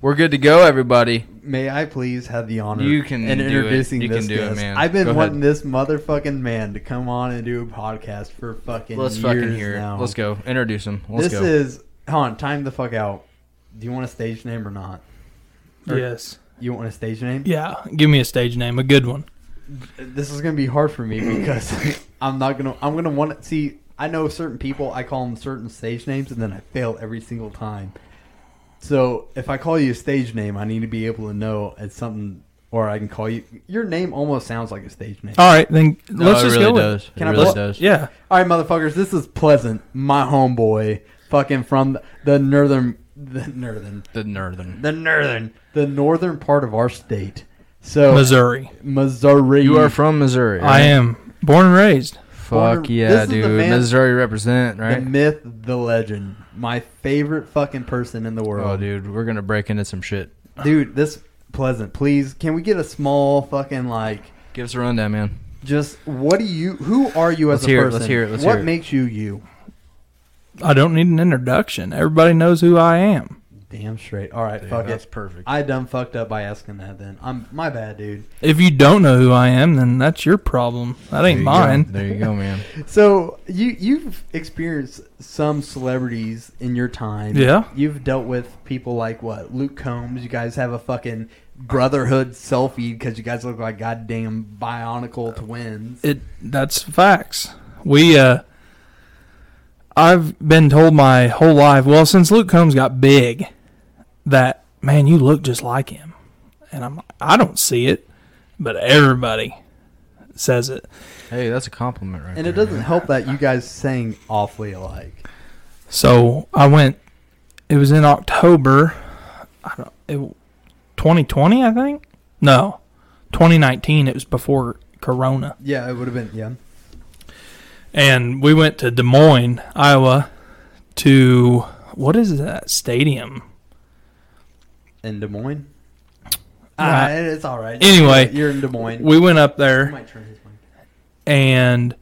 We're good to go, everybody. May I please have the honor? You can in do it. introducing You can this do it, guest? man. I've Go been ahead. wanting this motherfucking man to come on and do a podcast for fucking Let's years fucking hear it. now. Let's go. Introduce him. Let's this go. is hold on. Time the fuck out. Do you want a stage name or not? Or- Yes. You want a stage name? Yeah. Give me a stage name, a good one. This is gonna be hard for me because I'm not gonna. I'm gonna want to see. I know certain people. I call them certain stage names, and then I fail every single time. So if I call you a stage name, I need to be able to know it's something, or I can call you. Your name almost sounds like a stage name. All right, then No, let's it just really go with does. Can it I really blow- does. Yeah. All right, motherfuckers, this is Pleasant, my homeboy, fucking from the northern, the northern, The northern. the northern, the northern part of our state. So Missouri. Missouri. You are from Missouri. I am born and raised. Fuck Born- yeah, this is the dude. man- Missouri represent, the right? myth, the legend, my favorite fucking person in the Oh, world, dude, we're gonna break into some shit. dude. This Pleasant, please, can we get a small fucking like? Give us a rundown, man. Just what do you? Who are you as Let's a hear it, person? let's hear it, let's what hear it. makes you you? I don't need an introduction. Everybody knows who I am. Damn straight. All right, Dude, fuck that's it. perfect. I done fucked up by asking that. Then I'm my bad, dude. If you don't know who I am, then that's your problem. That There ain't you go. mine. There you go, man. So you you've experienced some celebrities in your time. Yeah. You've dealt with people like what Luke Combs. You guys have a fucking brotherhood selfie because you guys look like goddamn bionicle twins. It that's facts. We uh I've been told my whole life, well, since Luke Combs got big, that man, you look just like him. And I'm like, I don't see it, but everybody says it. Hey, that's a compliment, right? and it there, doesn't man. help that you guys sang awfully alike. So I went. It was in October. I don't. It, 2020, I think. No, 2019. It was before Corona, Yeah, it would have been yeah. and we went to Des Moines, Iowa, to what is that stadium? In Des Moines. Ah, Right. it's all right. Anyway, you're in Des Moines. We went up I there. might turn this one. and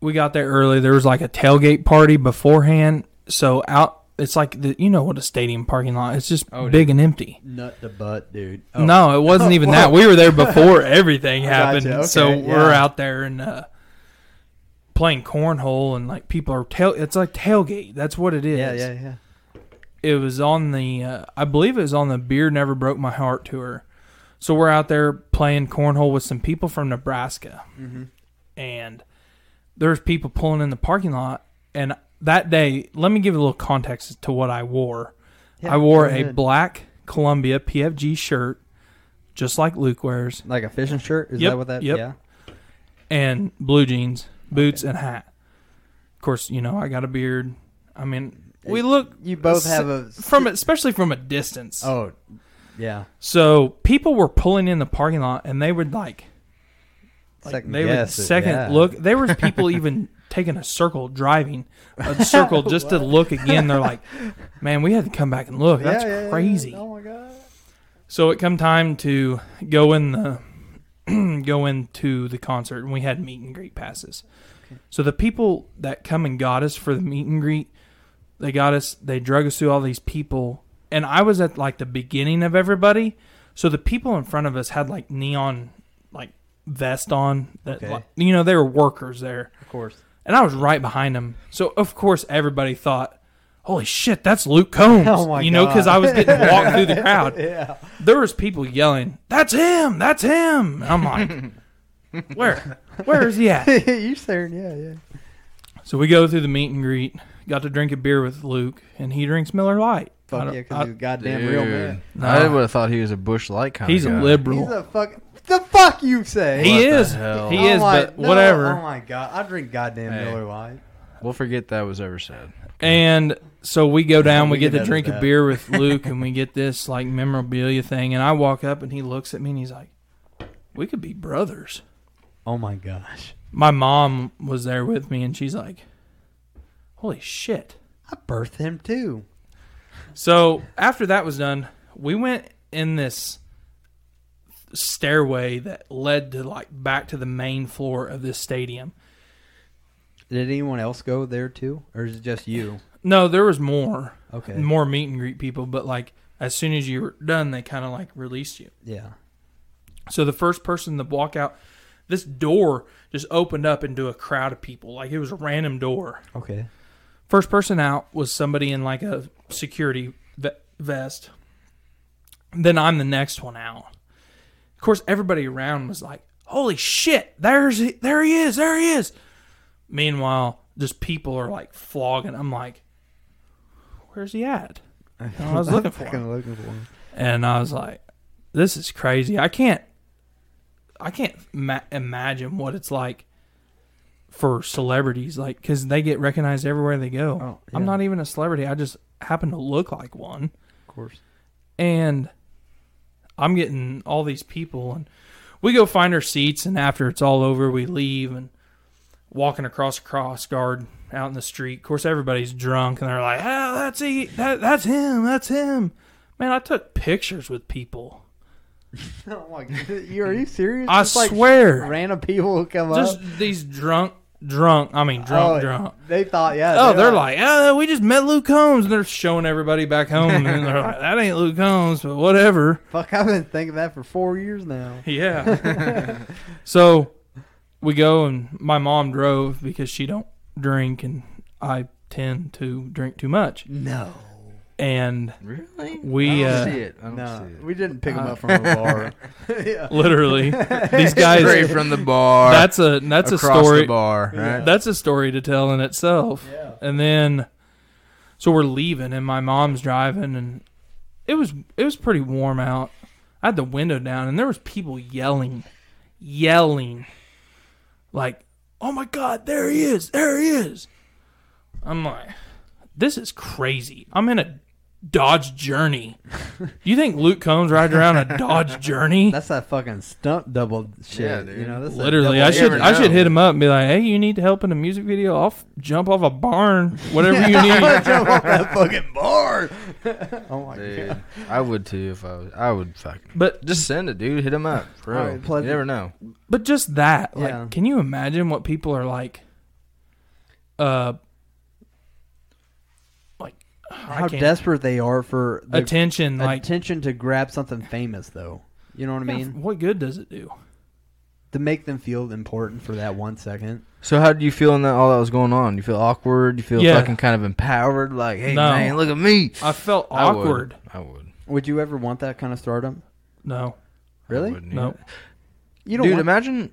we got there early. There was like a tailgate party beforehand. So out, it's like the, you know what a stadium parking lot. It's just Oh, big and empty. Nut to butt, dude. Oh. No, it wasn't even Oh, that. whoa. We were there before I everything gotcha. happened. Okay, so we're yeah. out there and uh, playing cornhole and like people are tail. It's like tailgate. That's what it is. Yeah, yeah, yeah. It was on the. Uh, I believe it was on the beer never broke my heart tour. So we're out there playing cornhole with some people from Nebraska hmm and there's people pulling in the parking lot. And that day, let me give you a little context as to what I wore. Yeah, I wore go a ahead. black Columbia PFG shirt, just like Luke wears, like a fishing shirt. Is Yep, that what that? yep. Yeah. and blue jeans, boots, and hat. Of course, you know I got a beard. I mean, we look You both have a from especially from a distance. Oh, yeah. So people were pulling in the parking lot, and they would like, like, Second they would guess it, second yeah. look. There was people even taking a circle driving a circle just to look again. They're like, man, we had to come back and look. That's crazy. Oh my god. So it come time to go in the go into the concert, and we had meet and greet passes. So the people that come and got us for the meet and greet, they got us. They drug us through all these people, and I was at like the beginning of everybody. So the people in front of us had like neon like vest on. That, Okay. like, you know they were workers there, Of course. and I was right behind them. So of course everybody thought. Holy shit, that's Luke Combs. Oh my you know, because God. I was getting walked through the crowd Yeah. there was people yelling, "That's him! That's him!" And I'm like, "Where? Where is he at?" You're staring. Yeah, yeah. So we go through the meet and greet. Got to drink a beer with Luke, and he drinks Miller Lite. I Fuck don't- yeah, I- because he's a goddamn real man. Dude, I Nah. would have thought he was a bush light kind he's of a guy. liberal. He's a fuck. The fuck you say? Oh he What the is. hell? He I'm is. like, but no, whatever. Oh my god, I drink goddamn Hey. Miller Lite. We'll forget that was ever said. And so we go down, We we, can get to edit drink that. a beer with Luke, and we get this like memorabilia thing. And I walk up, and he looks at me, and he's like, "We could be brothers." Oh my gosh, My mom was there with me, and she's like, "Holy shit!" I birthed him too. So after that was done, we went in this stairway that led to like back to the main floor of this stadium. Did anyone else go there too, or is it just you? No, there was more, Okay. more meet and greet people, but like as soon as you were done, they kind of like released you. Yeah. So the first person to walk out, this door just opened up into a crowd of people. Like it was a random door. Okay. First person out was somebody in like a security ve- vest. Then I'm the next one out. Of course, everybody around was like, "Holy shit! There's he- there he is! There he is!" Meanwhile, just people are like flogging. I'm like, "Where's he at?" And I was looking for him, Fucking looking for him. and I was like, "This is crazy. I can't, I can't ma- imagine what it's like." For celebrities, like, because they get recognized everywhere they go. Oh, I'm yeah. not even a celebrity. I just happen to look like one. Of course. And I'm getting all these people, and we go find our seats. And after it's all over, we leave and walking across a cross guard out in the street. Of course, everybody's drunk, and they're like, "Oh, that's he, that, that's him, that's him." Man, I took pictures with people. Oh my god. You are you serious? I Just, like, swear, Random people who come just up. these drunk, drunk. I mean, drunk, Oh, drunk. They thought, yeah. Oh, they're like, oh, we just met Luke Combs, and they're showing everybody back home, and they're like, that ain't Luke Combs, but whatever. fuck. I've been thinking that for four years now. Yeah. so we go and my mom drove because she don't drink and I tend to drink too much. No. And Really? We, I don't uh, see it. I don't No, see it. we didn't pick them Uh, up from a bar. yeah. literally these guys Straight from the bar. that's a that's a across story The bar, Yeah. right? that's a story to tell in itself. Yeah. And then so we're leaving and my mom's driving and it was it was pretty warm out. I had the window down and there was people yelling yelling like, "Oh my god, there he is. There he is." I'm like, "This is crazy. I'm in a Dodge Journey. you think Luke Combs rides around a Dodge Journey?" That's that fucking stunt double shit. Yeah, dude. You know, that's that Literally, double- I You should never I should know. hit him up and be like, "Hey, you need help in a music video? I'll f- jump off a barn, whatever you need." Jump off that fucking bar. oh my god. Dude, I would too if I was. I would fucking But just send it, dude. Hit him up, for All real. right, plug you it. never know. but just that, like, Yeah. can you imagine what people are like? Uh, like How I can't, desperate they are for the attention, like attention to grab something famous, though. You know what I yeah, mean? what good does it do? To make them feel important for that one second. So how did you feel in that all that was going on? You feel awkward? You feel Yeah. fucking kind of empowered? Like, hey No. man, look at me. I felt I would. awkward. I would. Would you ever want that kind of stardom? No, I Really? wouldn't no, either. You dude. want- Imagine.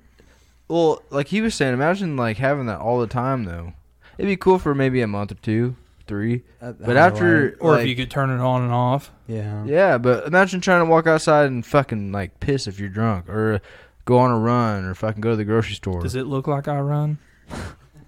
Well, like he was saying, imagine like having that all the time though. It'd be cool for maybe a month or two, three. Uh, But I don't after, know, or like- if you could turn it on and off. yeah, Yeah, but imagine trying to walk outside and fucking like piss if you're drunk, or go on a run, or fucking go to the grocery store. Does it look like I run?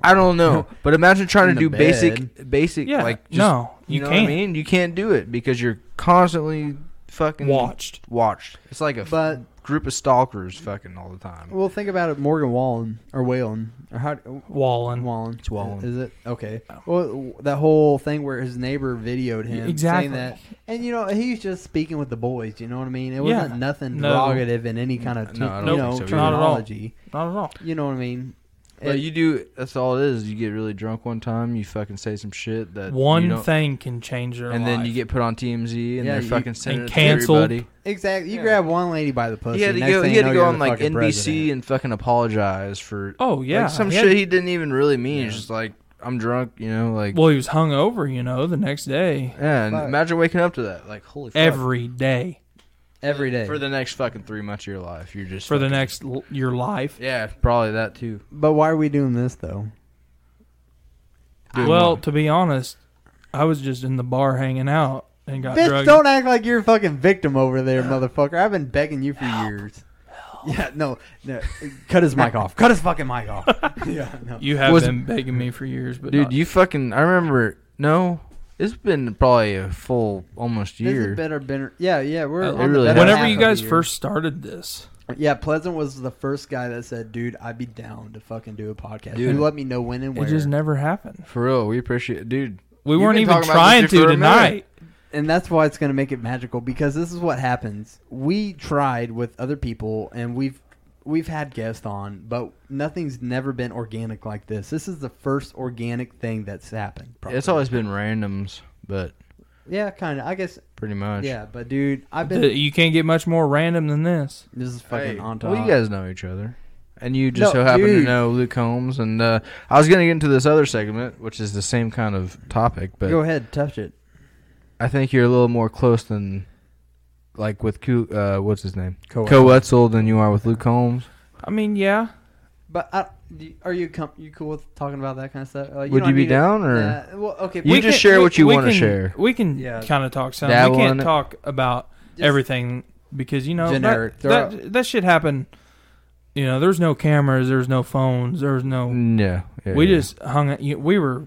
I don't know, but imagine trying In to do the basic, basic Yeah, like just, no, you, you, know can't what I mean. You can't do it because you're constantly fucking watched. watched. It's like a f- but group of stalkers fucking all the time. well, think about it. Morgan Wallen or Whalen or how Wallen. Wallen? It's Wallen. Is it okay? Well, that whole thing where his neighbor videoed him Exactly. saying that, and you know he's just speaking with the boys. You know what I mean? It Yeah. wasn't nothing No. derogative in any kind of No, I don't you think know so either. Not at all. terminology. Not at all. You know what I mean? But It- you do. That's all it is. You get really drunk one time. You fucking say some shit that you One don't- thing can change their and life. then you get put on TMZ, and Yeah, they're you- fucking sending and it to canceled. everybody. exactly. You Yeah. grab one lady by the pussy. He had to next go. thing He you had know, to you're go on the like fucking NBC president. and fucking apologize for Oh yeah, like, some he had- shit he didn't even really mean. It's Yeah. just like I'm drunk, you know, like Well, he was hung over, you know, the next day. Yeah, and Fuck. imagine waking up to that. Like, holy fuck. Every day every day. For the next fucking three months of your life. You're just. for the fucking- next l- your life. Yeah, probably that too. but why are we doing this though? Dude, well, what? to be honest, I was just in the bar hanging out and got Bitch, drugged. don't act like you're a fucking victim over there, motherfucker. I've been begging you for years. Yeah, no, no. Cut his mic off. Cut his fucking mic off. yeah, no. You have Was- been begging me for years, but Dude, not- you fucking. I remember. No. It's been probably a full almost This has year. been our better. Yeah, yeah. We're Uh, on it the really better has. whenever half you of the guys year. first started this, Yeah, Pleasant was the first guy that said, "Dude, I'd be down to fucking do a podcast. Dude. You let me know when and where." it just never happened. For real, we appreciate Dude, We You've weren't been even talking about trying this shit to for a minute. tonight. and that's why it's going to make it magical because this is what happens. We tried with other people, and we've we've had guests on, but nothing's never been organic like this. This is the first organic thing that's happened. It's always been randoms, but yeah, kind of. I guess pretty much. yeah, but dude, I've been. Th- You can't get much more random than this. this is Hey, fucking on top. well, you guys know each other, and you just No, so happen to dude. know Luke Holmes. And uh, I was gonna get into this other segment, which is the same kind of topic, but Go ahead, touch it. I think you're a little more close than, like with Coo, uh, what's his name, Coed. Co Wetzel, than you are with Luke Holmes. I mean, yeah. But I, do- are you com- you cool with talking about that kind of stuff? Like, Would don't you be need to- down, or- Yeah, well, okay. You we We just can- share we- what you we wanna can- share. We can Yeah. kind of talk some. Dabble We in can't it. talk about just- everything because you know that- Generic. Throw That, that, shit happened. You know, there's no cameras, there's no phones, there's no. Yeah, yeah, we yeah. just hung. you- We were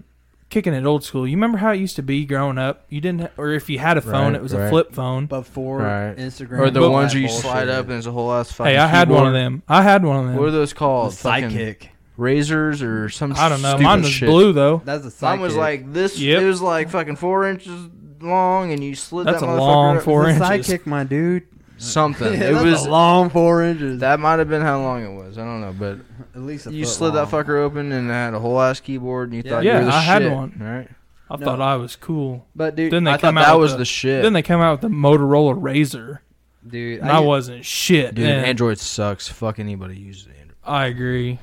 kicking it old school. You remember how it used to be growing up? You didn't, or if you had a phone, Right, it was right. a flip phone. before Right. Instagram or the all ones that where you bullshit. slide up and there's a whole ass. hey, I had one of them. I had one of them. What are those called? Fucking sidekick. razors or some. I don't know. stupid Mine was shit. blue though. That's a sidekick. Mine was like this. Yep. It was like fucking four inches long, and you slid That's that a motherfucker long up. four- It's a inches. Sidekick, my dude. Something. Yeah, it that's was a long four inches. that might have been how long it was. I don't know, but At least a you foot slid that long. fucker open and it had a whole ass keyboard, and you Yeah. thought Yeah, you were the I had shit, one. Right? I No. thought I was cool. But dude, Then they I thought come out that with was the- the, shit. Then they come out with the Motorola Razor. dude, And I, wasn't shit. Dude, and Android sucks. Fuck anybody who uses Android. I agree.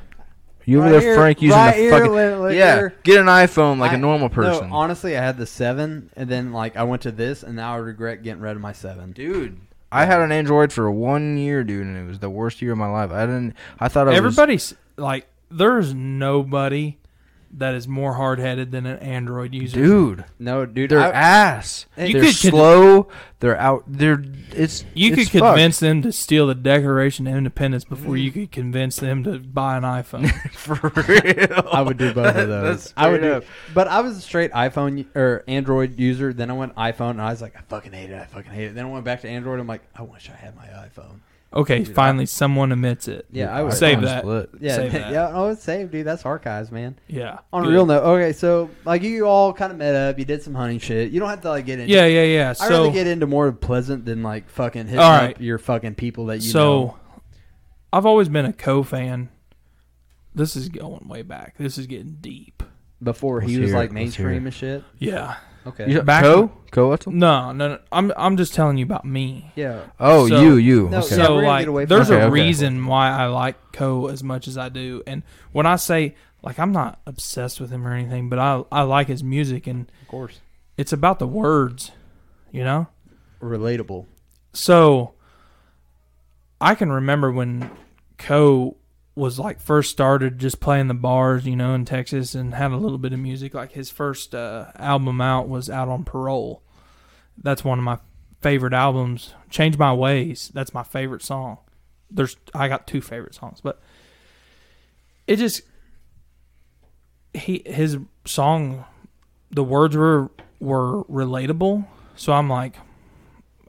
You over there, Frank, using right the here, fucking li- li- yeah. here. Get an iPhone like a I- normal person, No, honestly, I had the seven, and then like I went to this, and now I regret getting rid of my seven. dude. I had an Android for one year, dude, and it was the worst year of my life. I didn't. I thought I was Everybody's like, there's nobody that is more hard headed than an Android user. dude. No, dude, Their I, ass. You they're could con- slow. they're out. They're it's. you it's could fucked. Mm. convince them to steal the Declaration of Independence before you could convince them to buy an iPhone. for real. I would do both of That's those. I would straight do, but I was a straight iPhone or Android user. Then I went iPhone, and I was like, I fucking hate it. I fucking hate it. Then I went back to Android. I'm like, I wish I had my iPhone. Okay, Dude, finally someone admits it. Yeah, I would Save I'm that. split. Yeah, Save that. yeah. Oh, it's saved, dude. That's archives, man. Yeah. On Good. a real note, okay, so like you all kind of met up. You did some hunting shit. You don't have to like get into. Yeah, yeah, yeah. I So, rather get into more pleasant than like fucking hitting All right. up your fucking people that you so know. I've always been a co fan. This is going way back. This is getting deep. Before he Let's was hear it, like let's hear it. mainstream and shit. Yeah. Okay. You, Back- Co? Co Wetzel? No, no, no. I'm I'm just telling you about me. Yeah. Oh, So- you, you. No, okay. Yeah, So we're gonna get away like, from there's that. Okay, a okay. reason why I like Co as much as I do, and when I say like I'm not obsessed with him or anything, but I I like his music, and Of course. it's about the words, you know. Relatable. So I can remember when Co was like first started just playing the bars, you know, in Texas, and had a little bit of music. Like his first uh, album out was out on parole. That's one of my favorite albums. Change My Ways. That's my favorite song. There's I got two favorite songs, but it just he his song the words were were relatable. So I'm like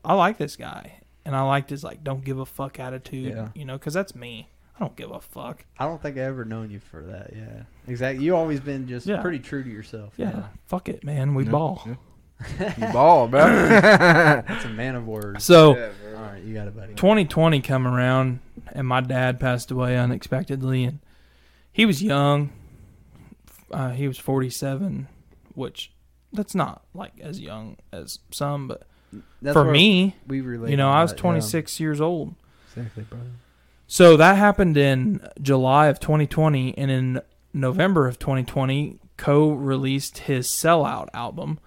I like this guy, and I liked his like don't give a fuck attitude. Yeah. You know, because that's me. I don't give a fuck. I don't think I ever known you for that. Yeah. Exactly. You always been just Yeah. pretty true to yourself. Yeah, fuck it, man. We ball. You ball, bro. That's a man of words. So All right, you got it, buddy. 2020 come around, and my dad passed away unexpectedly, and he was young. Uh, he was 47, which that's not like as young as some, but That's for where me, we relate. you know, to I was that, yeah. 26 years old. Exactly, brother. So that happened in July of 2020, and in November of 2020, Co released his Sellout album,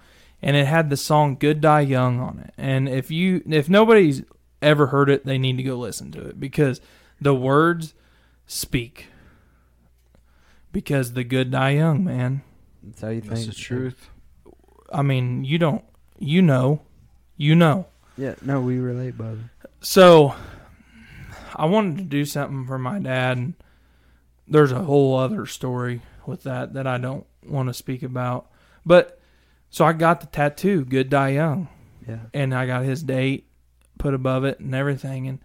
and it had the song "Good Die Young" on it. And if you, if nobody's ever heard it, they need to go listen to it because the words speak. Because the good die young, man. That's how you think. That's the truth. I mean, you don't, you know, you know. Yeah. No, we relate, brother. So I wanted to do something for my dad and there's a whole other story with that that I don't want to speak about. But so I got the tattoo, Good Die Young, Yeah. and I got his date put above it and everything and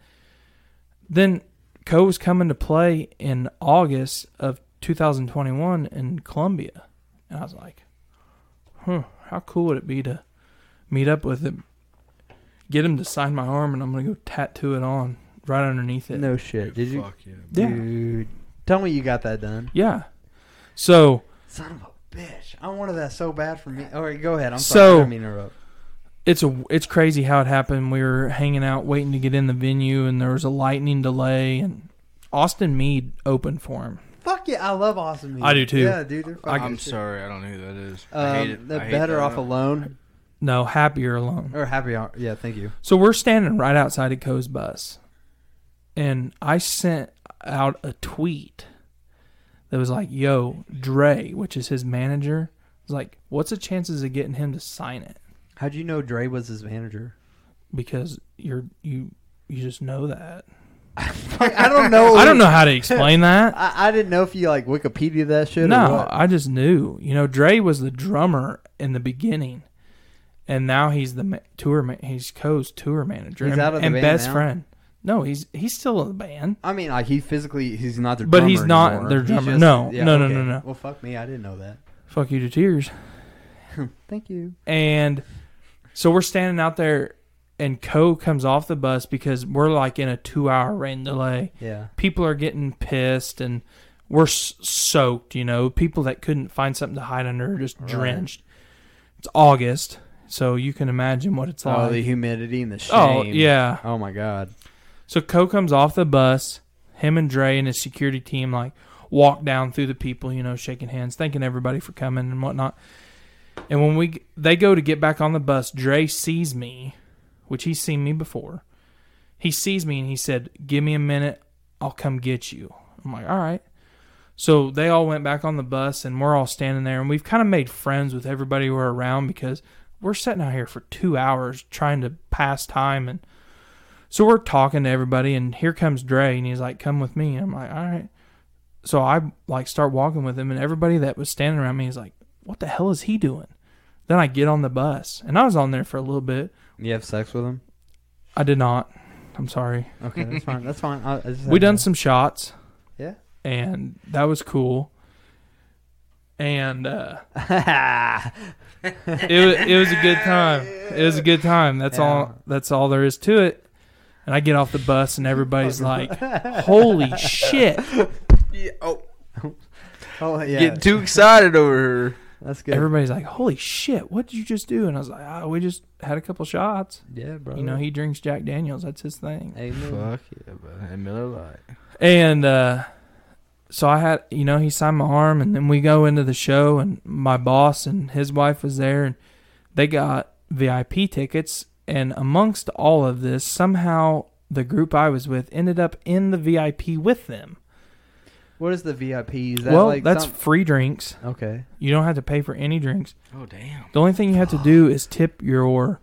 then Co was coming to play in August of 2021 in Columbia. And I was like, huh, how cool would it be to meet up with him, get him to sign my arm, and I'm going to go tattoo it on right underneath it. No shit. Did you? Fuck yeah. Yeah. Dude, tell me you got that done. Yeah. So Son of a bitch. I wanted that so bad for me. All right, go ahead. I'm So- sorry. I didn't mean to interrupt. it's a it's crazy how it happened. We were hanging out waiting to get in the venue, and there was a lightning delay, and Austin Mead opened for him. Fuck yeah, I love Awesome Meat. I do, too. Yeah, dude, they're fucking I'm shit. sorry, I don't know who that is. I hate Um, it. they're I hate better that off app. alone No, happier alone. or happy hour. Yeah, thank you. So we're standing right outside of Co's bus, and I sent out a tweet that was like, "Yo, Dre, which is his manager, was like, what's the chances of getting him to sign it? How'd you know Dre was his manager? Because you're you you just know that. Like, I don't know. I don't know how to explain that. I, I didn't know if you like Wikipedia that shit. or No, what. I just knew. You know, Dre was the drummer in the beginning, and now he's the ma- tour. Ma- he's Co's tour manager. He's and, out of the and band best now? friend. No, he's he's still in the band. I mean, like he physically, he's not their. But drummer he's not anymore. their He's drummer. No, no, no, no, no. Well, fuck me, I didn't know that. Fuck you to tears. Thank you. And so we're standing out there, and Co comes off the bus because we're like in a two hour rain delay. Yeah, People are getting pissed, and we're s- soaked, you know. People that couldn't find something to hide under are just drenched. It's August, so you can imagine what it's oh, the like. humidity and the shame. Oh, yeah. Oh my god. So Co comes off the bus, him and Dre and his security team like walk down through the people, you know, shaking hands, thanking everybody for coming and whatnot. And when we they go to get back on the bus, Dre sees me, which he's seen me before. He sees me and he said, "Give me a minute, I'll come get you." I'm like, "All right." So they all went back on the bus and we're all standing there and we've kind of made friends with everybody we're around because we're sitting out here for 2 hours trying to pass time and so we're talking to everybody, and here comes Dre, and he's like, "Come with me." And I'm like, "All right." So I like start walking with him, and everybody that was standing around me is like, "What the hell is he doing?" Then I get on the bus, and I was on there for a little bit. You have sex with him? I did not. I'm sorry. Okay, that's fine. That's fine. I, I just We done some shots, Yeah. and that was cool. And uh, it wa- it was a good time. It was a good time. That's all. That's all there is to it. And I get off the bus, and everybody's like, "Holy shit!" Yeah, oh, oh yeah. Getting too excited over her. that's good. Everybody's like, "Holy shit! What did you just do?" And I was like, "Ah, we just had a couple shots." yeah, bro. You know, he drinks Jack Daniels. That's his thing. Amen. Fuck yeah, bro. And Miller Lite. And uh, so I had, you know, he signed my arm, and then we go into the show, and my boss and his wife was there, and they got VIP tickets. And amongst all of this, somehow the group I was with ended up in the VIP with them. What is the VIP? Is that well, like that's some- free drinks. okay. You don't have to pay for any drinks. Oh damn. The only thing you have to do is tip your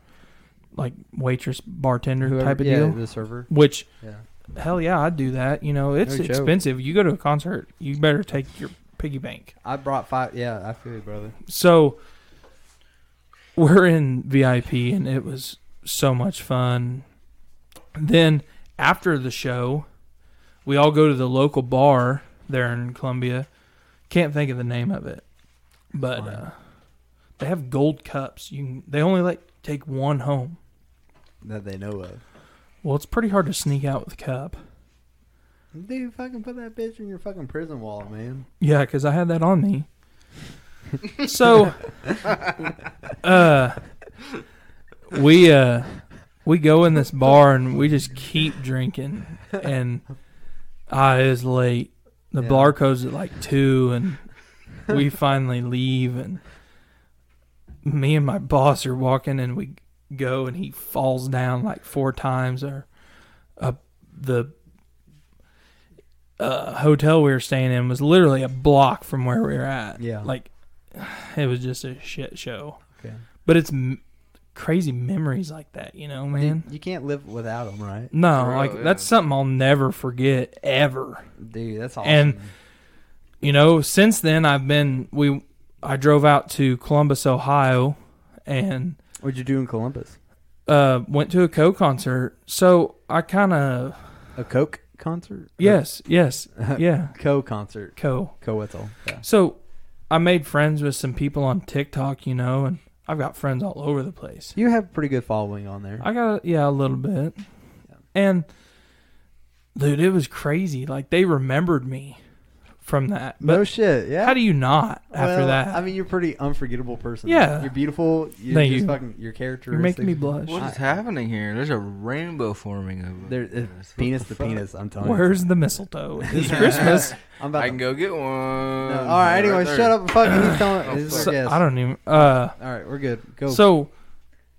like waitress, bartender Whoever- type of yeah, deal. the server. Which Yeah. hell yeah, I'd do that. You know, it's No joke. expensive. You go to a concert, you better take your piggy bank. I brought five. Yeah, I feel you, brother. So we're in VIP and it was so much fun. Then after the show, we all go to the local bar there in Columbia. Can't think of the name of it, but Fine. uh, they have gold cups. You can, they only like take one home. That they know of. Well, it's pretty hard to sneak out with a cup. Dude, fucking put that bitch in your fucking prison wallet, man. Yeah, because I had that on me. so, uh, we uh, we go in this bar and we just keep drinking, and ah, it is late. The Yeah. bar closes at like two, and we finally leave. And me and my boss are walking, and we go, and he falls down like four times. Or up the uh, hotel we were staying in was literally a block from where we were at. Yeah. Like, it was just a shit show. Okay. But it's m- crazy memories like that, you know, man? Dude, you can't live without them, right? No, For real, like, yeah. that's something I'll never forget, ever. Dude, that's awesome. And- You know, since then, I've been, we, I drove out to Columbus, Ohio, and what'd you do in Columbus? uh, went to a co concert. So I kind of, A Coke concert? yes, yes, Uh-huh. yeah, Co concert. co. Co what's all. Yeah. So I made friends with some people on TikTok, you know, and I've got friends all over the place. You have a pretty good following on there. I got yeah, a little bit. And dude, it was crazy. Like they remembered me from that. But no shit. Yeah. how do you not after Well, that? I mean, you're a pretty unforgettable person. Yeah. You're beautiful. You're Thank just you. fucking your character. You're making me blush. What is happening here? There's a rainbow forming over There, there. it, penis to penis. I'm telling you. Where's the mistletoe? It's Yeah. Christmas. I'm I about. to can go get one. No, all right. Anyway, shut up and fucking. He's Oh, telling. This is So, our guest. I don't even. Uh, All right, we're good. Go. so,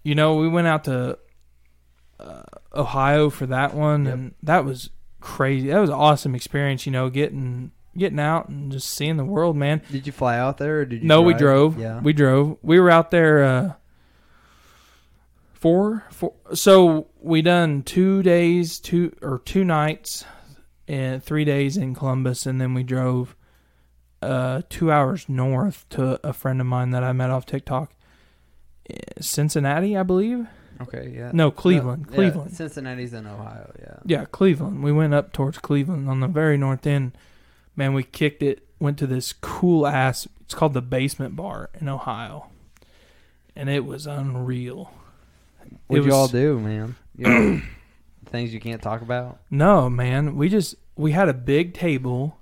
you know, we went out to uh, Ohio for that one, Yep. and that was crazy. That was an awesome experience. You know, getting getting out and just seeing the world, man. did you fly out there? or Did you? No, we drive? drove. Yeah. We drove. We were out there uh four four so we done two days, two or two nights and three days in Columbus and then we drove uh two hours north to a friend of mine that I met off TikTok. Eh, Cincinnati, I believe. okay. Yeah. No, Cleveland. Uh, Yeah, Cleveland. Cincinnati's in Ohio. Yeah. Yeah, Cleveland. We went up towards Cleveland on the very north end. Man, we kicked it. Went to this cool ass. It's called the Basement Bar in Ohio, and it was unreal. What It you all was- do, man? You things you can't talk about. No, man, we just we had a big table,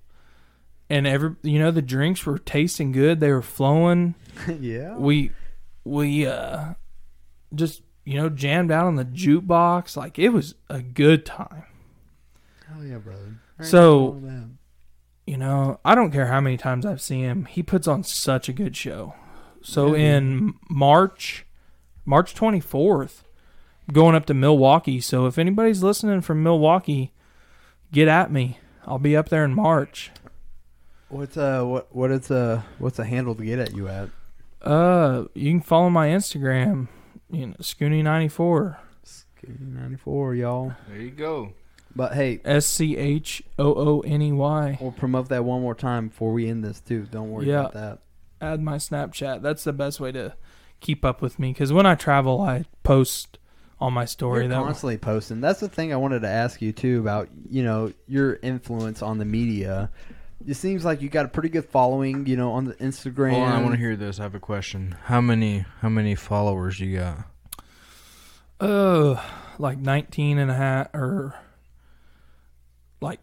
and every you know the drinks were tasting good. They were flowing. yeah. we we uh just you know jammed out on the jukebox. Like it was a good time. Oh yeah, brother. So- you know, I don't care how many times I've seen him. He puts on such a good show. So Yeah, yeah. in March, March 24th, going up to Milwaukee. So if anybody's listening from Milwaukee, get at me. I'll be up there in March. what's uh what what it's uh what's a handle to get at you at? Uh, you can follow my Instagram, you know, Scooney94, Ninety four, y'all. There you go. But hey, S C H O O N E Y. we'll promote that one more time before we end this too. Don't worry Yeah. about that. add my Snapchat. That's the best way to keep up with me because when I travel, I post on my story. You're that constantly posting. That's the thing I wanted to ask you too about. You know your influence on the media. It seems like you got a pretty good following. You know on the Instagram. Hold on, I want to hear this. I have a question. How many how many followers you got? Uh, like 19 and a half or like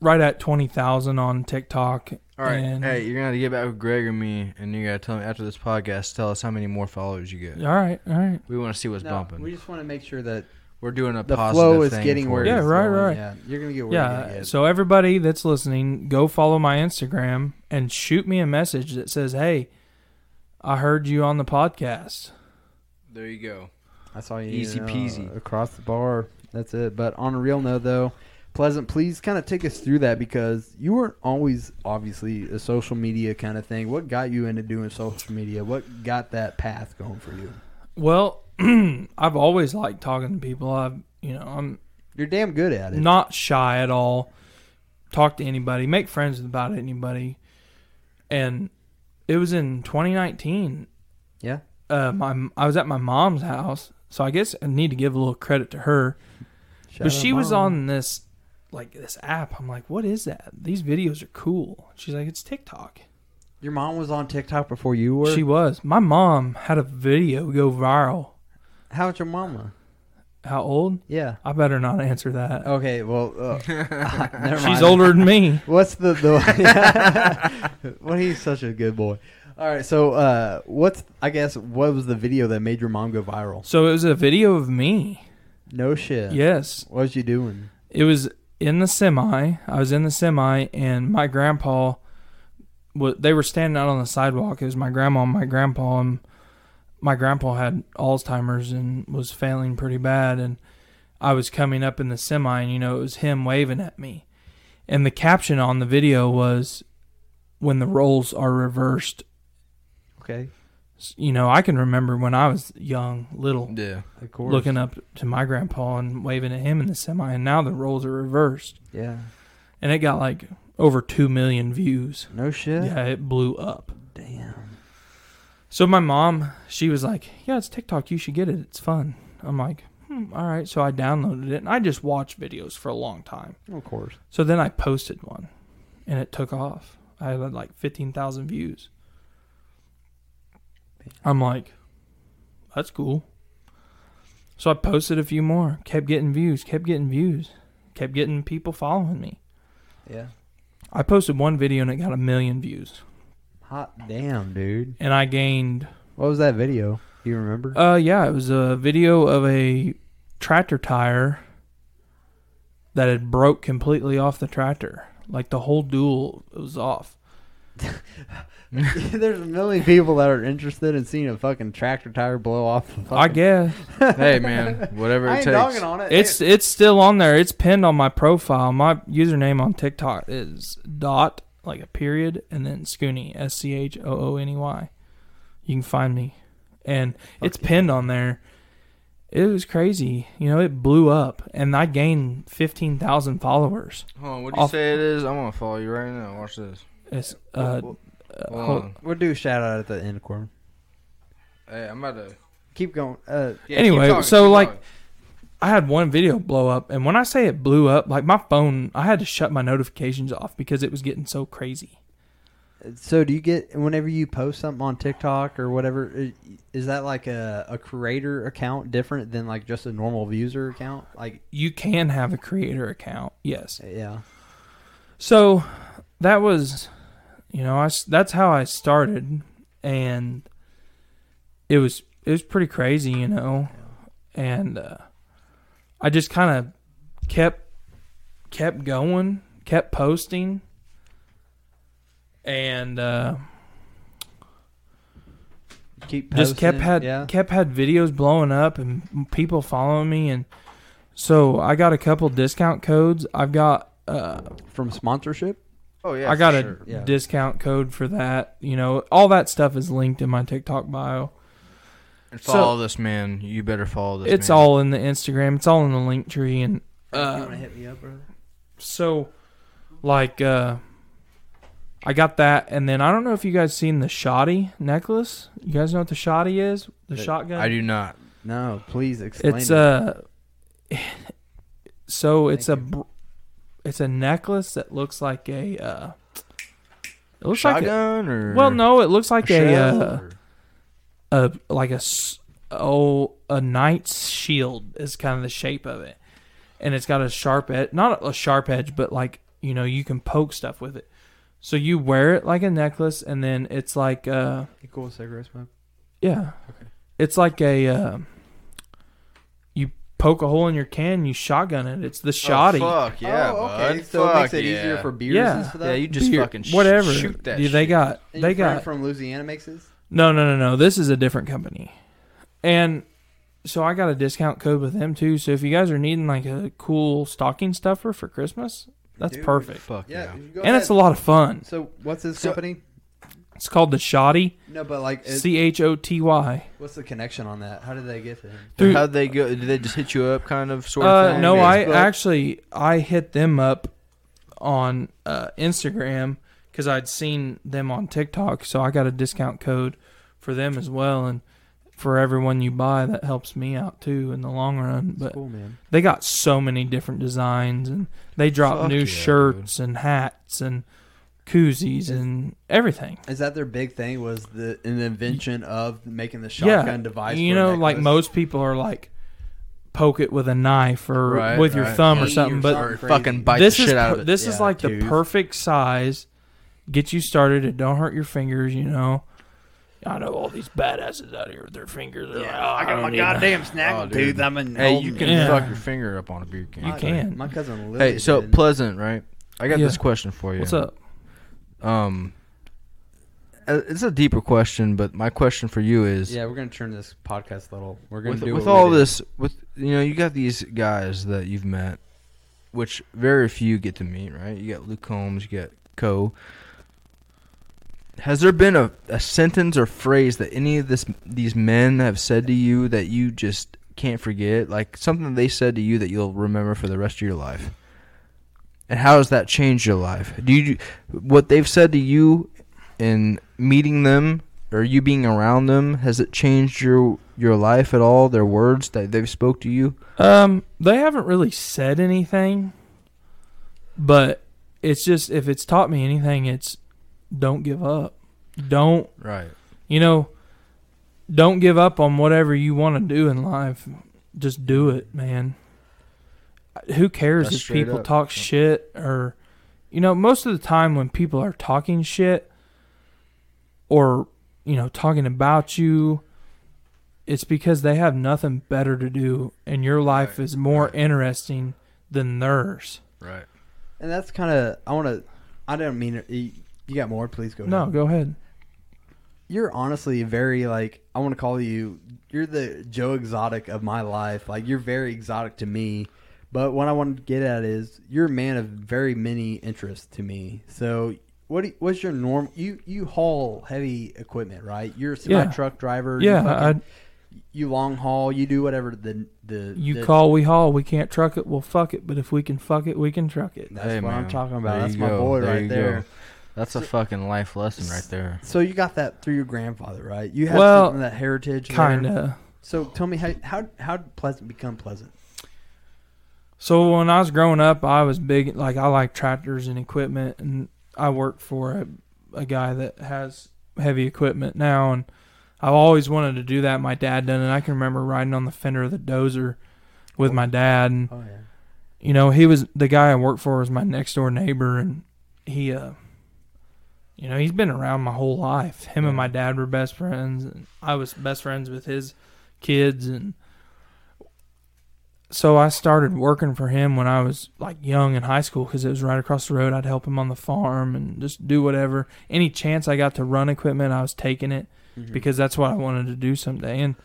right at 20,000 on TikTok. All right. And- hey, you're gonna have to get back with Greg or me, and you gotta tell me after this podcast. Tell us how many more followers you get. All right, all right. We want to see what's No, bumping. we just want to make sure that We're doing a the positive flow is thing getting for where you. Yeah, it's right, going. right. Yeah, you're gonna get where you're gonna Yeah. get. So everybody that's listening, go follow my Instagram and shoot me a message that says, "Hey, I heard you on the podcast." There you go. That's all you Easy need. to know, peasy. uh, across the bar. That's it. But on a real note, though, Pleasant, please kind of take us through that because you weren't always obviously a social media kind of thing. What got you into doing social media? What got that path going for you? Well, I've always liked talking to people. I've, you know, I'm You're damn good at it. not shy at all. Talk to anybody, make friends with about anybody. And it was in 2019. Yeah. Uh, my I was at my mom's house, so I guess I need to give a little credit to her. Shout but out she was Mom. on this like this app. I'm like, what is that? These videos are cool. She's like, it's TikTok. Your mom was on TikTok before you were. She was. My mom had a video go viral. How's your mama? How old? Yeah. I better not answer that. Okay. Well, uh, never She's mind. older than me. What's the the? well, he's such a good boy. All right, so uh, what's I guess what was the video that made your mom go viral? So it was a video of me. No shit. Yes. What was you doing? it was in the semi. I was in the semi, and my grandpa, wa- they were standing out on the sidewalk. It was my grandma and my grandpa, and my grandpa had Alzheimer's and was failing pretty bad. And I was coming up in the semi, and you know, it was him waving at me. And the caption on the video was, "When the roles are reversed." Okay, S- You know, I can remember when I was young, little, Yeah. of course. looking up to my grandpa and waving at him in the semi, and now the roles are reversed Yeah. and it got like over 2 million views. No shit. Yeah. it blew up. Damn. So my mom, she was like, "Yeah, it's TikTok, you should get it. It's fun." I'm like, hmm, "All right." So I downloaded it and I just watched videos for a long time. Of course. So then I posted one and it took off. I had like 15,000 views. I'm like, "That's cool." So I posted a few more, kept getting views, kept getting views, kept getting people following me. Yeah. I posted one video and it got a million views, Hot damn, dude. and I gained What was that video? Do you remember? Uh, yeah, it was a video of a tractor tire that had broke completely off the tractor. Like the whole dual was off. There's a million people that are interested in seeing a fucking tractor tire blow off. The I fucking- guess hey man, whatever I it ain't takes. dogging on it. it's it's still on there. It's pinned on my profile. My username on TikTok is dot like a period and then Scooney S C H O O N E Y. You can find me, and it's pinned on there. It was crazy, you know. It blew up, and I gained fifteen thousand followers. Hold on, what do you Off- say it is? I'm gonna follow you right now. Watch this. It's uh, we'll, Hold hold- on. we'll do a shout out at the end, Corbin. Hey, I'm about to. Keep going. Uh, Yeah, keep Anyway, talking, so, keep like, talking. I had one video blow up, and when I say it blew up, like my phone, I had to shut my notifications off because it was getting so crazy. so do you get whenever you post something on TikTok or whatever? i- Is that like a, a creator account different than like just a normal user account? Like, You can have a creator account, yes. yeah, So that was, you know, I s that's how I started, and it was it was pretty crazy, you know, and uh, I just kind of kept kept going, kept posting, and. Uh, keep just kept posting, had yeah. kept had videos blowing up and people following me and so I got a couple discount codes. I've got uh from sponsorship. Oh yeah, I got for a sure. Yeah. discount code for that. You know, all that stuff is linked in my TikTok bio. And so- follow this man. You better follow this. it's man. all in the Instagram. It's all in the link tree and uh, hit me up, brother? so like uh I got that and then I don't know if you guys seen the shoddy necklace. You guys know what the shoddy is? The Uh, shotgun. I do not. No, please explain. It's uh, it. a so it's a Thank br- it's a necklace that looks like a uh, it looks Shotgun like or a, well no it looks like a shell uh, or- a like a s- oh a knight's shield is kind of the shape of it and it's got a sharp edge not a sharp edge but like you know you can poke stuff with it so you wear it like a necklace and then it's like uh You cool with cigarette smoke. yeah. Okay. It's like a um you poke a hole in your can, you shotgun it. It's the shoddy. Oh, fuck yeah, Oh, okay. bud. So it makes Fuck it easier yeah. for beers Yeah. and stuff. yeah. You just Beer- fucking sh- whatever. Shoot that. Dude, they shit. got And they your friend got from Louisiana makes this. no no no no. This is a different company, and so I got a discount code with them too. So if you guys are needing like a cool stocking stuffer for Christmas, that's Dude, perfect. Fuck yeah. you go And it's a lot of fun. So what's his So- company? It's called the Shoddy, No, but like, it- C H O T Y. what's the connection on that? How did they get to him? Dude. How'd they go? Did they just hit you up, kind of, sort of? Uh, thing? no, I Facebook? actually I hit them up on uh, Instagram because I'd seen them on TikTok, so I got a discount code for them as well, and for everyone you buy, that helps me out too in the long run. But cool, man. they got so many different designs, and they drop Fuck new yeah, shirts and hats and koozies and everything. Is that their big thing? Was the an invention of making the Yeah, shotgun device? You for a know, like necklace? most people are like poke it with a knife or Right, with your right. thumb or Eat something, your but or Crazy. fucking bite this the is shit out per- of it. this is Yeah, like the tooth. perfect size. Get you started. It don't hurt your fingers. You know. I know all these badasses out here with their fingers. They're like, oh, I got my goddamn. Oh, snaggle dude. tooth. I'm in. Hey, Oh, you can Yeah. fuck your finger up on a beer can. You My- can. My cousin. Lily Hey, so did. pleasant, right? I got Yeah. this question for you. What's up? Um, uh, it's a deeper question, but my question for you is: yeah, we're gonna turn this podcast little. We're gonna with, do with what we all did. this, with you know, you got these guys that you've met, which very few get to meet, right? You got Luke Combs, you got Co. Has there been a, a sentence or phrase that any of this these men have said to you that you just can't forget, like something they said to you that you'll remember for the rest of your life? And how has that changed your life? Do you what they've said to you in meeting them or you being around them has it changed your your life at all? Their words that they've spoke to you? Um, they haven't really said anything, but it's just if it's taught me anything, it's don't give up. Don't Right. you know? Don't give up on whatever you want to do in life. Just do it, man. who cares That's if straight people up. talk shit or you know most of the time when people are talking shit or you know talking about you it's because they have nothing better to do and your life Right, is more right. interesting than theirs Right. And that's kind of I want to. I don't mean it. You you got more? Please go. no ahead. go ahead you're honestly very like I want to call you. You're the Joe Exotic of my life. Like you're very exotic to me. But what I want to get at is you're a man of very many interests to me. So what do, what's your norm? You you haul heavy equipment, right? You're a semi truck driver. yeah You, I, fucking- you long haul. You do whatever the the you the- call we haul we can't truck it well fuck it but if we can fuck it we can truck it That's Hey, what I'm man. talking about. There That's you my go. boy There right you there. go. That's a fucking life lesson right there. So you got that through your grandfather, right? You have Well, some of that heritage, there. kind of So tell me how how how did Pleasant become Pleasant? So when I was growing up, I was big like I like tractors and equipment, and I worked for a, a guy that has heavy equipment now, and I've always wanted to do that. My dad done, and I can remember riding on the fender of the dozer with my dad, and Oh yeah. you know he was the guy I worked for was my next door neighbor, and he, uh, you know, he's been around my whole life. Him and my dad were best friends, and I was best friends with his kids and so I started working for him when I was like young in high school because it was right across the road. I'd help him on the farm and just do whatever. Any chance I got to run equipment, I was taking it Mm-hmm. because that's what I wanted to do someday, and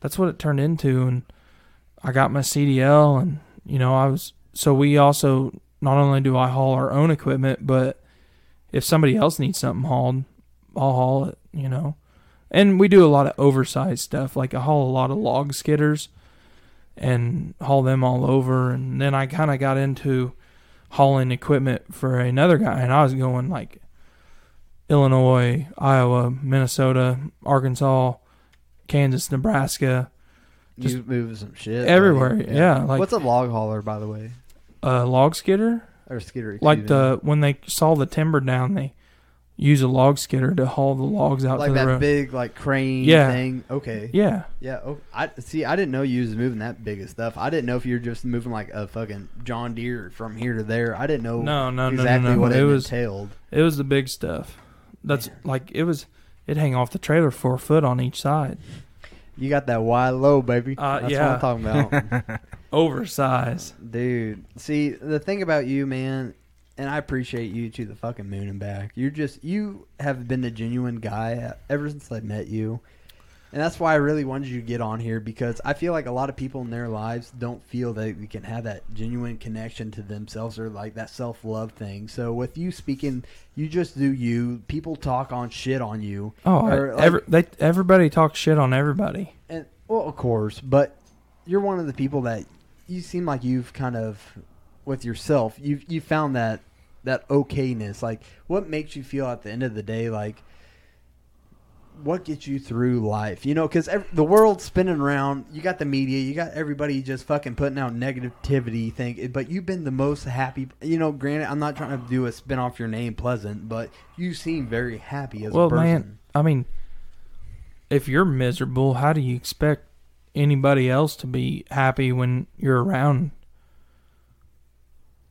that's what it turned into. And I got my CDL, and you know, I was so we also not only do I haul our own equipment, but if somebody else needs something hauled, I'll haul it. You know, and we do a lot of oversized stuff. Like I haul a lot of log skidders and haul them all over, and then I kind of got into hauling equipment for another guy, and I was going like Illinois, Iowa, Minnesota, Arkansas, Kansas, Nebraska, Just moving some shit everywhere. Yeah, like What's a log hauler, by the way, a log skidder. or skidder? Like excuse the when they saw the timber down, they use a log skidder to haul the logs me. out like to the that road. big like crane Yeah. thing. Okay. Yeah. yeah, Oh, I see. I didn't know you was moving that big of stuff. I didn't know if you were just moving like a fucking John Deere from here to there. I didn't know. No, no, no, no, exactly no. what It it, was- entailed. it was the big stuff. That's like it was. It hang off the trailer four foot on each side, You got that wide low, baby. Uh, That's yeah. what I'm talking about. oversized. Dude, see the thing about you, man, and I appreciate you to the fucking moon and back. You're just you have been a genuine guy ever since I met you, and that's why I really wanted you to get on here because I feel like a lot of people in their lives don't feel that we can have that genuine connection to themselves or like that self love thing. So with you speaking, you just do you. People talk on shit on you. Oh, Or, like- every, they, everybody talks shit on everybody. and well, of course, but you're one of the people that you seem like you've kind of with yourself. You you found that that okayness. Like, what makes you feel at the end of the day like? What gets you through life? You know, because the world's spinning around. You got the media. You got everybody just fucking putting out negativity thing. eh, But you've been the most happy. You know, granted, I'm not trying to do a spin off your name, pleasant, but you seem very happy as well, a person. man, I mean, if you're miserable, how do you expect anybody else to be happy when you're around?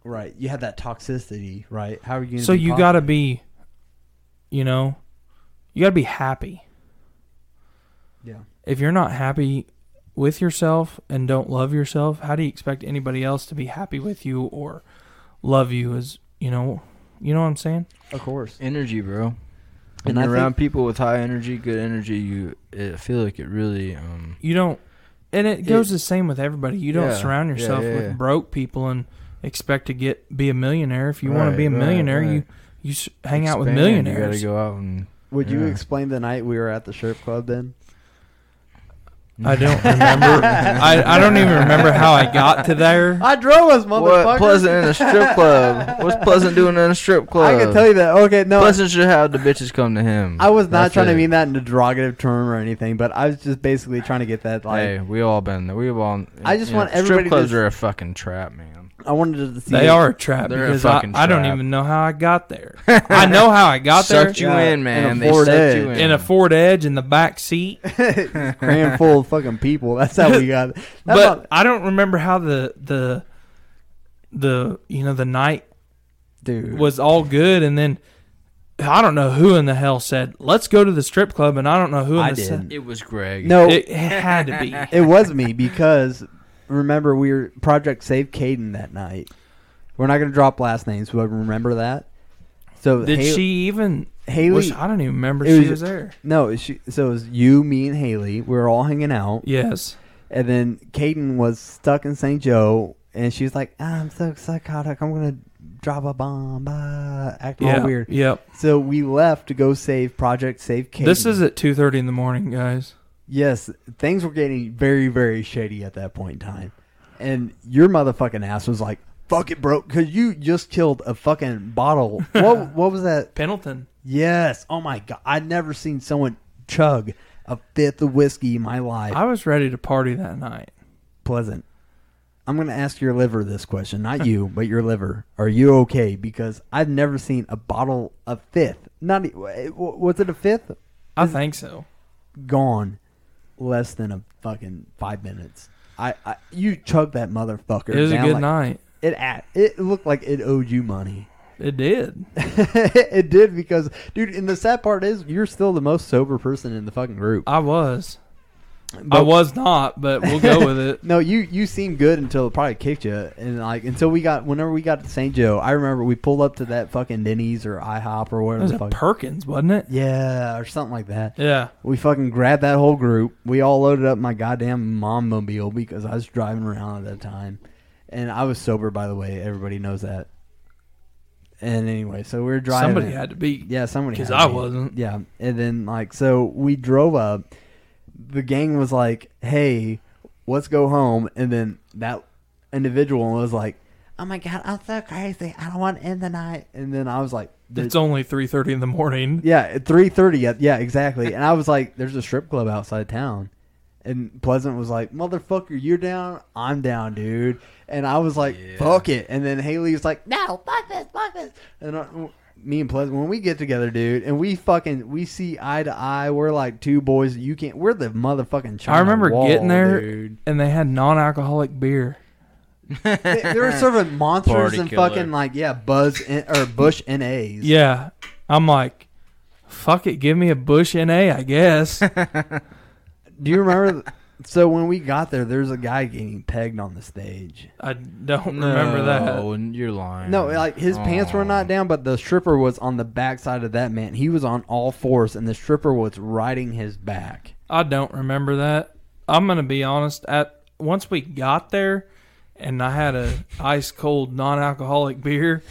Right. You have that toxicity, right? How are you gonna So be you positive? got to be, you know, you got to be happy. Yeah. If you're not happy with yourself and don't love yourself, how do you expect anybody else to be happy with you or love you? As you know, you know what I'm saying? Of course. Energy, bro. And And I you're around think- people with high energy, good energy, you it, I feel like it really um you don't and it It- goes the same with everybody you don't Yeah, surround yeah, yourself yeah, with yeah. broke people and expect to get be a millionaire if you want to Right, be a right, millionaire right. you you s- hang out with expand. millionaires You gotta go out and Would you Yeah. explain the night we were at the strip club then? i don't remember I, I don't even remember how i got to there I drove us, motherfucker. What Pleasant in a strip club? What's Pleasant doing in a strip club? I can tell you that. Okay, no. Pleasant should have the bitches come to him. I was not That's trying it. to mean that in a derogative term or anything, but I was just basically trying to get that like hey, we all been there. We've all. I just you know, want everybody to Strip clubs just- are a fucking trap, man. I wanted to see they it. are a trap They're a because I, fucking I don't trap. even know how i got there i know how i got there sucked you Yeah, in a in, man. They Ford sucked you Edge. in. in a ford edge in the back seat crammed full of fucking people. That's how we got. That's but not- I don't remember how the the the you know the night dude. was all good, and then I don't know who in the hell said let's go to the strip club, and I don't know who in I the se- didn't. It was Greg. No, it, it had to be. it was me because remember we were Project Save Caden that night. We're not gonna drop last names, but remember that. So Did Hal- she even? Haley? was- I don't even remember it she was- was there. no, she, so it was you, me, and Haley. We were all hanging out, Yes. and then Caden was stuck in St. Joe, and she was like, "Ah, "I'm so psychotic. I'm gonna drop a bomb, ah, act Yeah. all weird." Yep. So we left to go save Project Save Caden. This is at two thirty in the morning, guys. Yes, things were getting very, very shady at that point in time. And your motherfucking ass was like, fuck it, bro, because you just killed a fucking bottle. What, what was that? Pendleton. Yes. Oh my God. I'd never seen someone chug a fifth of whiskey in my life. I was ready to party that night. Pleasant. I'm going to ask your liver this question. Not you, but your liver. Are you okay? Because I've never seen a bottle of fifth. Not e- w- Was it a fifth? I think so. gone less than a fucking five minutes. I, I you chugged that motherfucker. It was a down good like- night. It at it looked like it owed you money. It did. it did because, dude. And the sad part is, you're still the most sober person in the fucking group. I was. I But- was not, but we'll go with it. No, you you seemed good until it probably kicked you, and like until we got whenever we got to St. Joe, I remember we pulled up to that fucking Denny's or IHOP or It whatever was the at fuck. Perkins, wasn't it? yeah, or something like that. Yeah. We fucking grabbed that whole group. We all loaded up my goddamn mom mobile because I was driving around at that time. And I was sober, by the way. Everybody knows that. And anyway, so we were driving. Somebody had to be. Yeah, somebody. 'Cause had I me. wasn't. Yeah, and then like so we drove up. The gang was like, "Hey, let's go home." And then that individual was like, "Oh my god, I'm so crazy. I don't want to end the night." And then I was like, It's only three thirty in the morning. yeah, at three thirty. Yeah, exactly. And I was like, "There's a strip club outside town," and Pleasant was like, "Motherfucker, you're down. I'm down, dude." And I was like, Yeah. "Fuck it." And then Haley was like, "No, fuck this, fuck this." And I, me and Pleasant, when we get together, dude, and we fucking we see eye to eye, we're like two boys. that You can't. We're the motherfucking. China I remember wall, getting there, dude. and they had non-alcoholic beer. They, they were serving monsters Party and killer. fucking like yeah, Buzz N- or Bush NAs. Yeah, I'm like, fuck it, give me a Bush NA, I guess. Do you remember? th- so when we got there, there's a guy getting pegged on the stage. I don't remember that. No, you're lying. No, like his pants were not down, but the stripper was on the backside of that man. He was on all fours, and the stripper was riding his back. I don't remember that. I'm gonna be honest. At once we got there, and I had a ice cold non-alcoholic beer.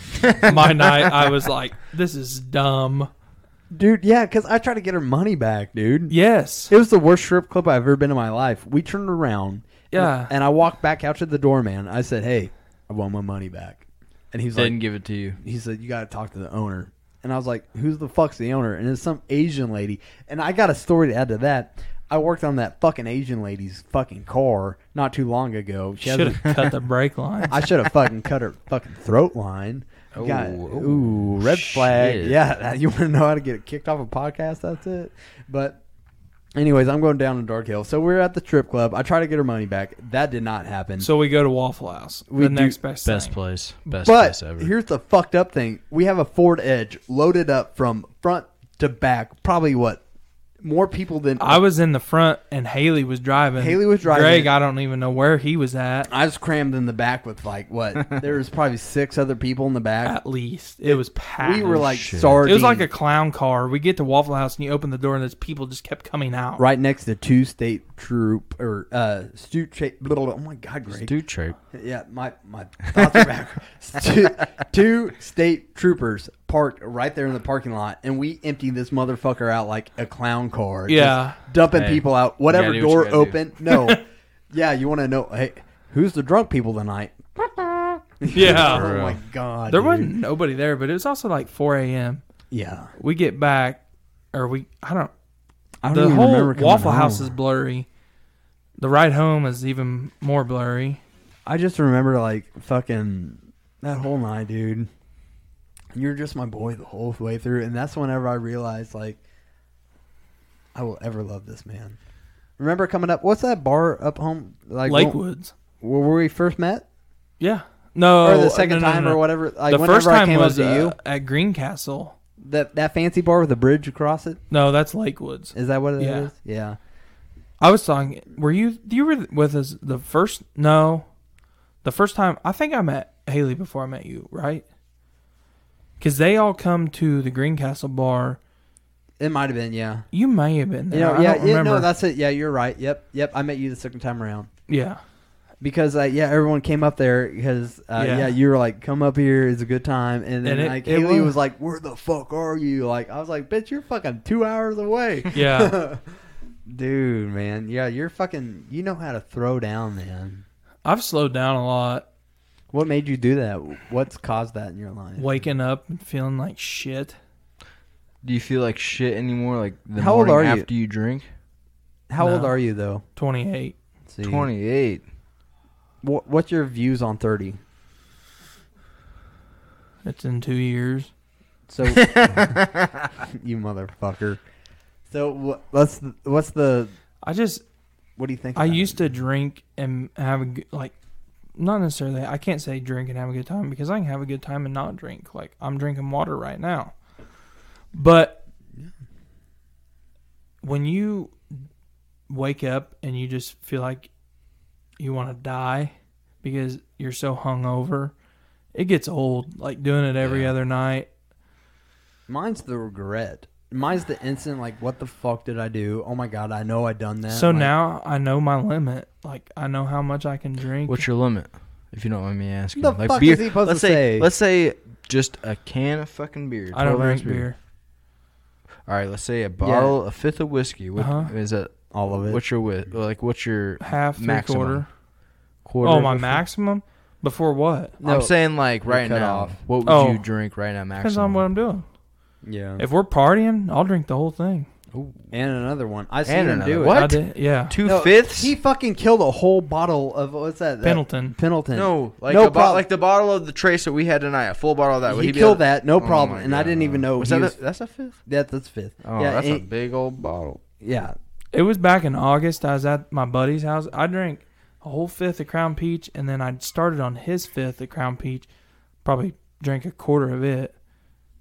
my night, I was like, this is dumb. Dude, yeah, because I tried to get her money back, dude. Yes. It was the worst strip club I've ever been in my life. We turned around. Yeah. And I walked back out to the doorman. I said, hey, I want my money back. And he was They like, didn't give it to you. he said, "You got to talk to the owner." And I was like, "Who's the fuck's the owner?" And it's some Asian lady. And I got a story to add to that. I worked on that fucking Asian lady's fucking car not too long ago. She has Should a, have cut the brake line. I should have fucking cut her fucking throat line. Oh, Got- oh, ooh, red flag. shit. Yeah, that- you want to know how to get kicked off a podcast? That's it. But, anyways, I'm going down to Dark Hill. So we're at the strip club. I try to get her money back. That did not happen. So we go to Waffle House. We the do- next best, Best thing. place. Best But place ever. here's the fucked up thing: we have a Ford Edge loaded up from front to back. Probably what more people than I was in the front and Haley was driving. Haley was driving. Greg, I don't even know where he was at. I was crammed in the back with like what? there was probably six other people in the back. At least it was packed. We were like shit. sardines. Ah, it was like a clown car. We get to Waffle House and you open the door and there's people just kept coming out. right next to two state troop or uh stu cha- blah, blah, blah. Oh my god, Greg. Dude, trip. Yeah, my my thoughts are back. two, two state troopers parked right there in the parking lot, and we emptied this motherfucker out like a clown car. just Yeah. dumping Hey, people out. gotta do Whatever what you door gotta do. open. No, yeah, you want to know? Hey, who's the drunk people tonight? oh Yeah. real. my god, there dude. wasn't nobody there, but it was also like 4 a.m. Yeah, We get back, or we I don't. I don't the even whole remember coming Waffle House home. is blurry. The ride home is even more blurry. I just remember like fucking that whole night, dude. You're just my boy the whole way through, and that's whenever I realized like I will ever love this man. Remember coming up? What's that bar up home? Like Lakewoods. where, where we first met? Yeah. No, or the second Oh, uh, no, no, time no. or whatever. Like the whenever first I time came was up to uh, you, at Greencastle. that that fancy bar with a bridge across it No, that's Lakewoods. is that what it is? Yeah. Yeah. I was talking. Were you? You were with us the first? No, the first time. I think I met Haley before I met you, right? Because they all come to the Greencastle bar. It might have been. Yeah. You may have been You there. know, I yeah, don't yeah, remember. no, that's it. Yeah, you're right. Yep, yep. I met you the second time around yeah. because, uh, yeah, everyone came up there because, uh, Yeah. yeah. you were like, "Come up here, it's a good time," and then And it- like it Haley was. was. like, "Where the fuck are you?" Like I was like, "Bitch, you're fucking two hours away." Yeah. Dude, man, yeah, you're fucking. You know how to throw down, man. I've slowed down a lot. What made you do that? What's caused that in your life? Waking up and feeling like shit. Do you feel like shit anymore? Like the How old morning are you? after you drink? How old No. are you though? Twenty eight. See, Twenty eight. Wh- what's your views on thirty? It's in two years. So you motherfucker. So wh- let's what's the I just what do you think? I about used it? to drink and have a good, like, not necessarily. I can't say drink and have a good time because I can have a good time and not drink. Like I'm drinking water right now, but when you wake up and you just feel like you want to die because you're so hungover, it gets old. Like doing it every other night. Mine's the regret. Mine's the instant like what the fuck did I do? Oh my god, I know I done that. so Like, now I know my limit. Like I know how much I can drink. What's your limit? If you don't mind me asking. The fuck is he supposed let's to say? Let's say just a can of fucking beer. I don't 12 ounce drink beer. All right, let's say a bottle, a fifth of whiskey. What, Uh-huh. Is that all of it. what's your with? Like what's your Half, three Maximum. quarter. quarter? oh, of my a fifth? maximum before what? No. I'm saying like right cut now. off. What would Oh. you drink right now? Maximum. Depends on what I'm doing. yeah. If we're partying, I'll drink the whole thing. and another one. I seen And him another- do it. What? I did- yeah. Two No, fifths. He fucking killed a whole bottle of what's that? that- Pendleton. Pendleton. no, like No a bo- problem. like the bottle of the trace that we had tonight, a full bottle of that. Would he, be killed able- that, no Oh my problem. and I God. didn't even know Was he that was, a, that's a fifth? that, that's fifth. Oh, yeah, that's a and- big old bottle. yeah. It was back in August. I was at my buddy's house. I drank a whole fifth of Crown Peach, and then I started on his fifth of Crown Peach. Probably drank a quarter of it,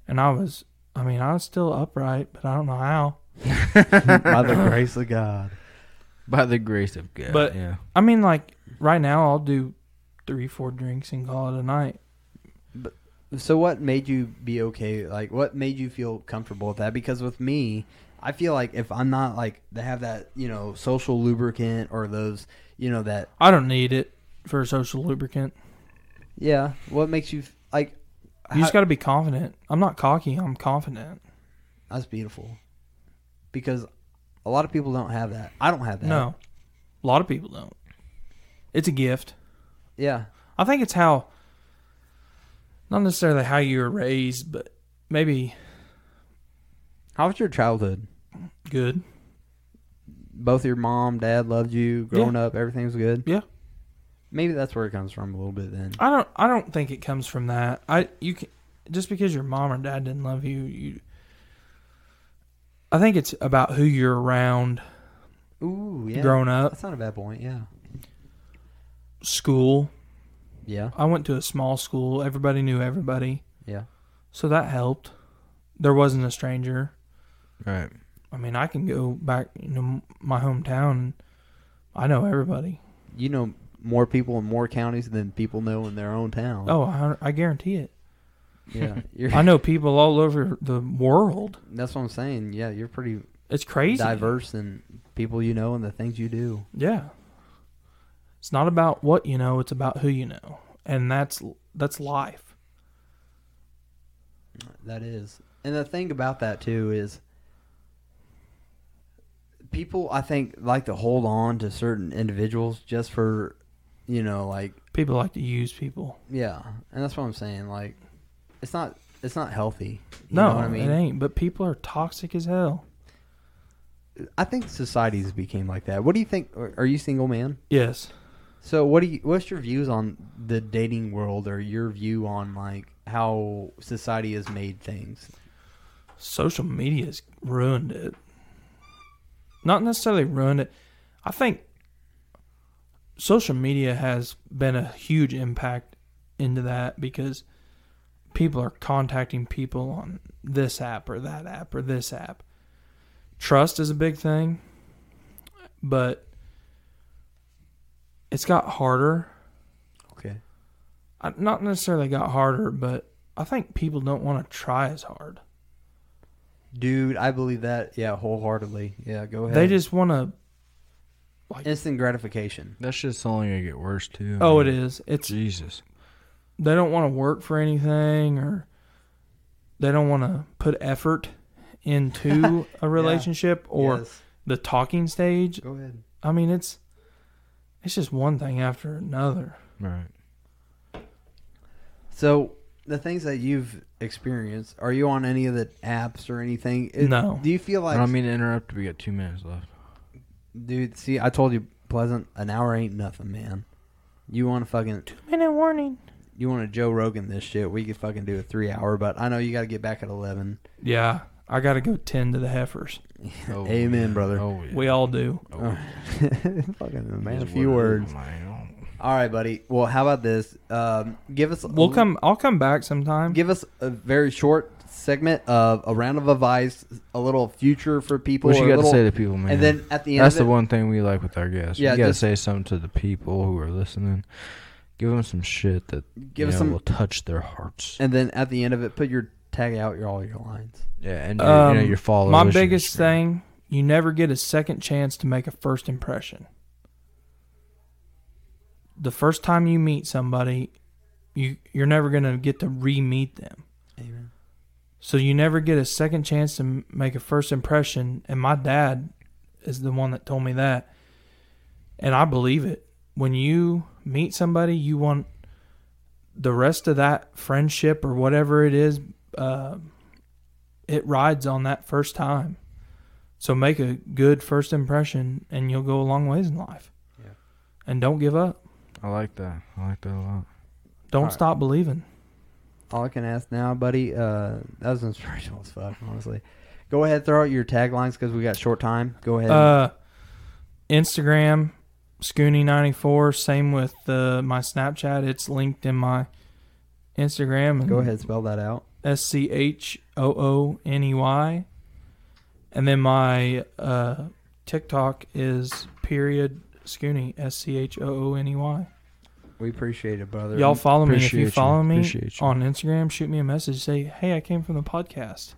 and I was. I mean, I was still upright, but I don't know how. By the grace of God. By the grace of God. But- yeah. I mean, like right now, I'll do three, four drinks and call it a night. So what made you be okay? Like what made you feel comfortable with that? Because with me, I feel like if I'm not like to have that, you know, social lubricant or those, you know, that I don't need it for a social lubricant. yeah, what makes you f- like You just how- got to be confident. I'm not cocky. I'm confident. that's beautiful. Because a lot of people don't have that. I don't have that. No, a lot of people don't. It's a gift. Yeah. I think it's how, not necessarily how you were raised, but maybe How was your childhood? good. Both your mom, dad loved you, growing up, everything was good. Yeah. Maybe that's where it comes from a little bit then. I don't. I don't think it comes from that. I you can just because your mom or dad didn't love you. You. I think it's about who you're around Ooh, yeah. growing up. That's not a bad point, yeah. School. Yeah. I went to a small school. Everybody knew everybody, Yeah. so that helped. There wasn't a stranger. Right. I mean, I can go back, you know, my hometown. I know everybody. You know more people in more counties than people know in their own town. Oh, I, I guarantee it. yeah. You're, I know people all over the world. that's what I'm saying. Yeah, you're pretty It's crazy. diverse in people you know and the things you do. Yeah. It's not about what you know; it's about who you know, and that's that's life. That is. And the thing about that too is people I think like to hold on to certain individuals just for you know, like People like to use people. yeah. And that's what I'm saying. Like it's not it's not healthy. You no, know what I mean? it ain't. But people are toxic as hell. I think society's became like that. What do you think? are- Are you single man? Yes, So what do you? What's your views on the dating world, or your view on like how society has made things? social media's ruined it. Not necessarily ruined it. I think social media has been a huge impact into that because people are contacting people on this app or that app or this app. Trust is a big thing, but it's got harder. Okay. I- Not necessarily got harder, but I think people don't want to try as hard. Dude, I believe that. Yeah, wholeheartedly. Yeah, go ahead. They just want to. instant gratification. That shit's only gonna get worse too. Oh, it man. is. It's Jesus. they don't want to work for anything or they don't want to put effort into a relationship or Yes. the talking stage. go ahead. I mean, it's it's just one thing after another. Right. So the things that you've experienced, are you on any of the apps or anything? No. Do you feel I like, don't mean to interrupt. We got two minutes left. dude? See, I told you, Pleasant, an hour ain't nothing, man. You want to fucking, Minute warning. you want to Joe Rogan this shit? We could fucking do a three hour, but I know you got to get back at eleven. Yeah, I got to go tend to the heifers. Oh, Amen, yeah. brother. Oh, yeah. We all do. Oh, fucking a man, yeah. a few words. All right, buddy. Well, how about this? Um, give us. a We'll l- come. I'll come back sometime. Give us a very short segment of a round of advice, a little future for people. What or you a got to little- say to people, man? And then at the end, That's of the it- one thing we like with our guests. Yeah, you got to just- say something to the people who are listening. Give them some shit that you Give us know, some- will touch their hearts. And then at the end of it, put your tag out your all your lines. yeah, and your, Um, you know your followers. My your biggest Instagram. thing: you never get a second chance to make a first impression. The first time you meet somebody, you you're never gonna get to re-meet them. Amen. So you never get a second chance to m- make a first impression. And my dad is the one that told me that, and I believe it. When you meet somebody, you want the rest of that friendship or whatever it is. Uh, it rides on that first time. So make a good first impression, and you'll go a long ways in life. Yeah. And don't give up. I like that. I like that a lot. Don't Alright. stop believing. All I can ask now, buddy. Uh, that was inspirational as fuck, honestly. Go ahead, throw out your taglines because we got short time. Go ahead. Uh, Instagram, Scoony94. Same with uh, my Snapchat. It's linked in my Instagram. And Go ahead, spell that out. S C H O O N E Y. And then my uh, TikTok is period Scoony. S C H O O N E Y. We appreciate it, brother. Y'all follow me. If Appreciate you you. follow me Appreciate you. on Instagram, shoot me a message. Say, hey, I came from the podcast.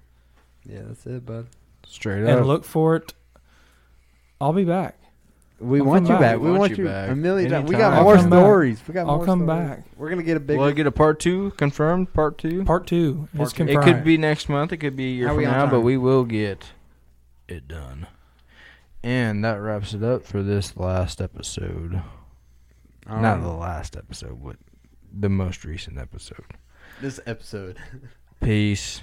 yeah, that's it, bud. Straight up. And look for it. I'll be back. We I'll want come you back. back. We, want you back. a million times. We Anytime. got I'll more come back. stories. We got I'll more come stories. back. We're gonna get a big. Will I get a part two confirmed? Part two. Part two. Part It's two. it confirmed. could be next month. It could be a year How from we on now, but time? we will get it done. And that wraps it up for this last episode. All Not right. the last episode, but the most recent episode. this episode. Peace.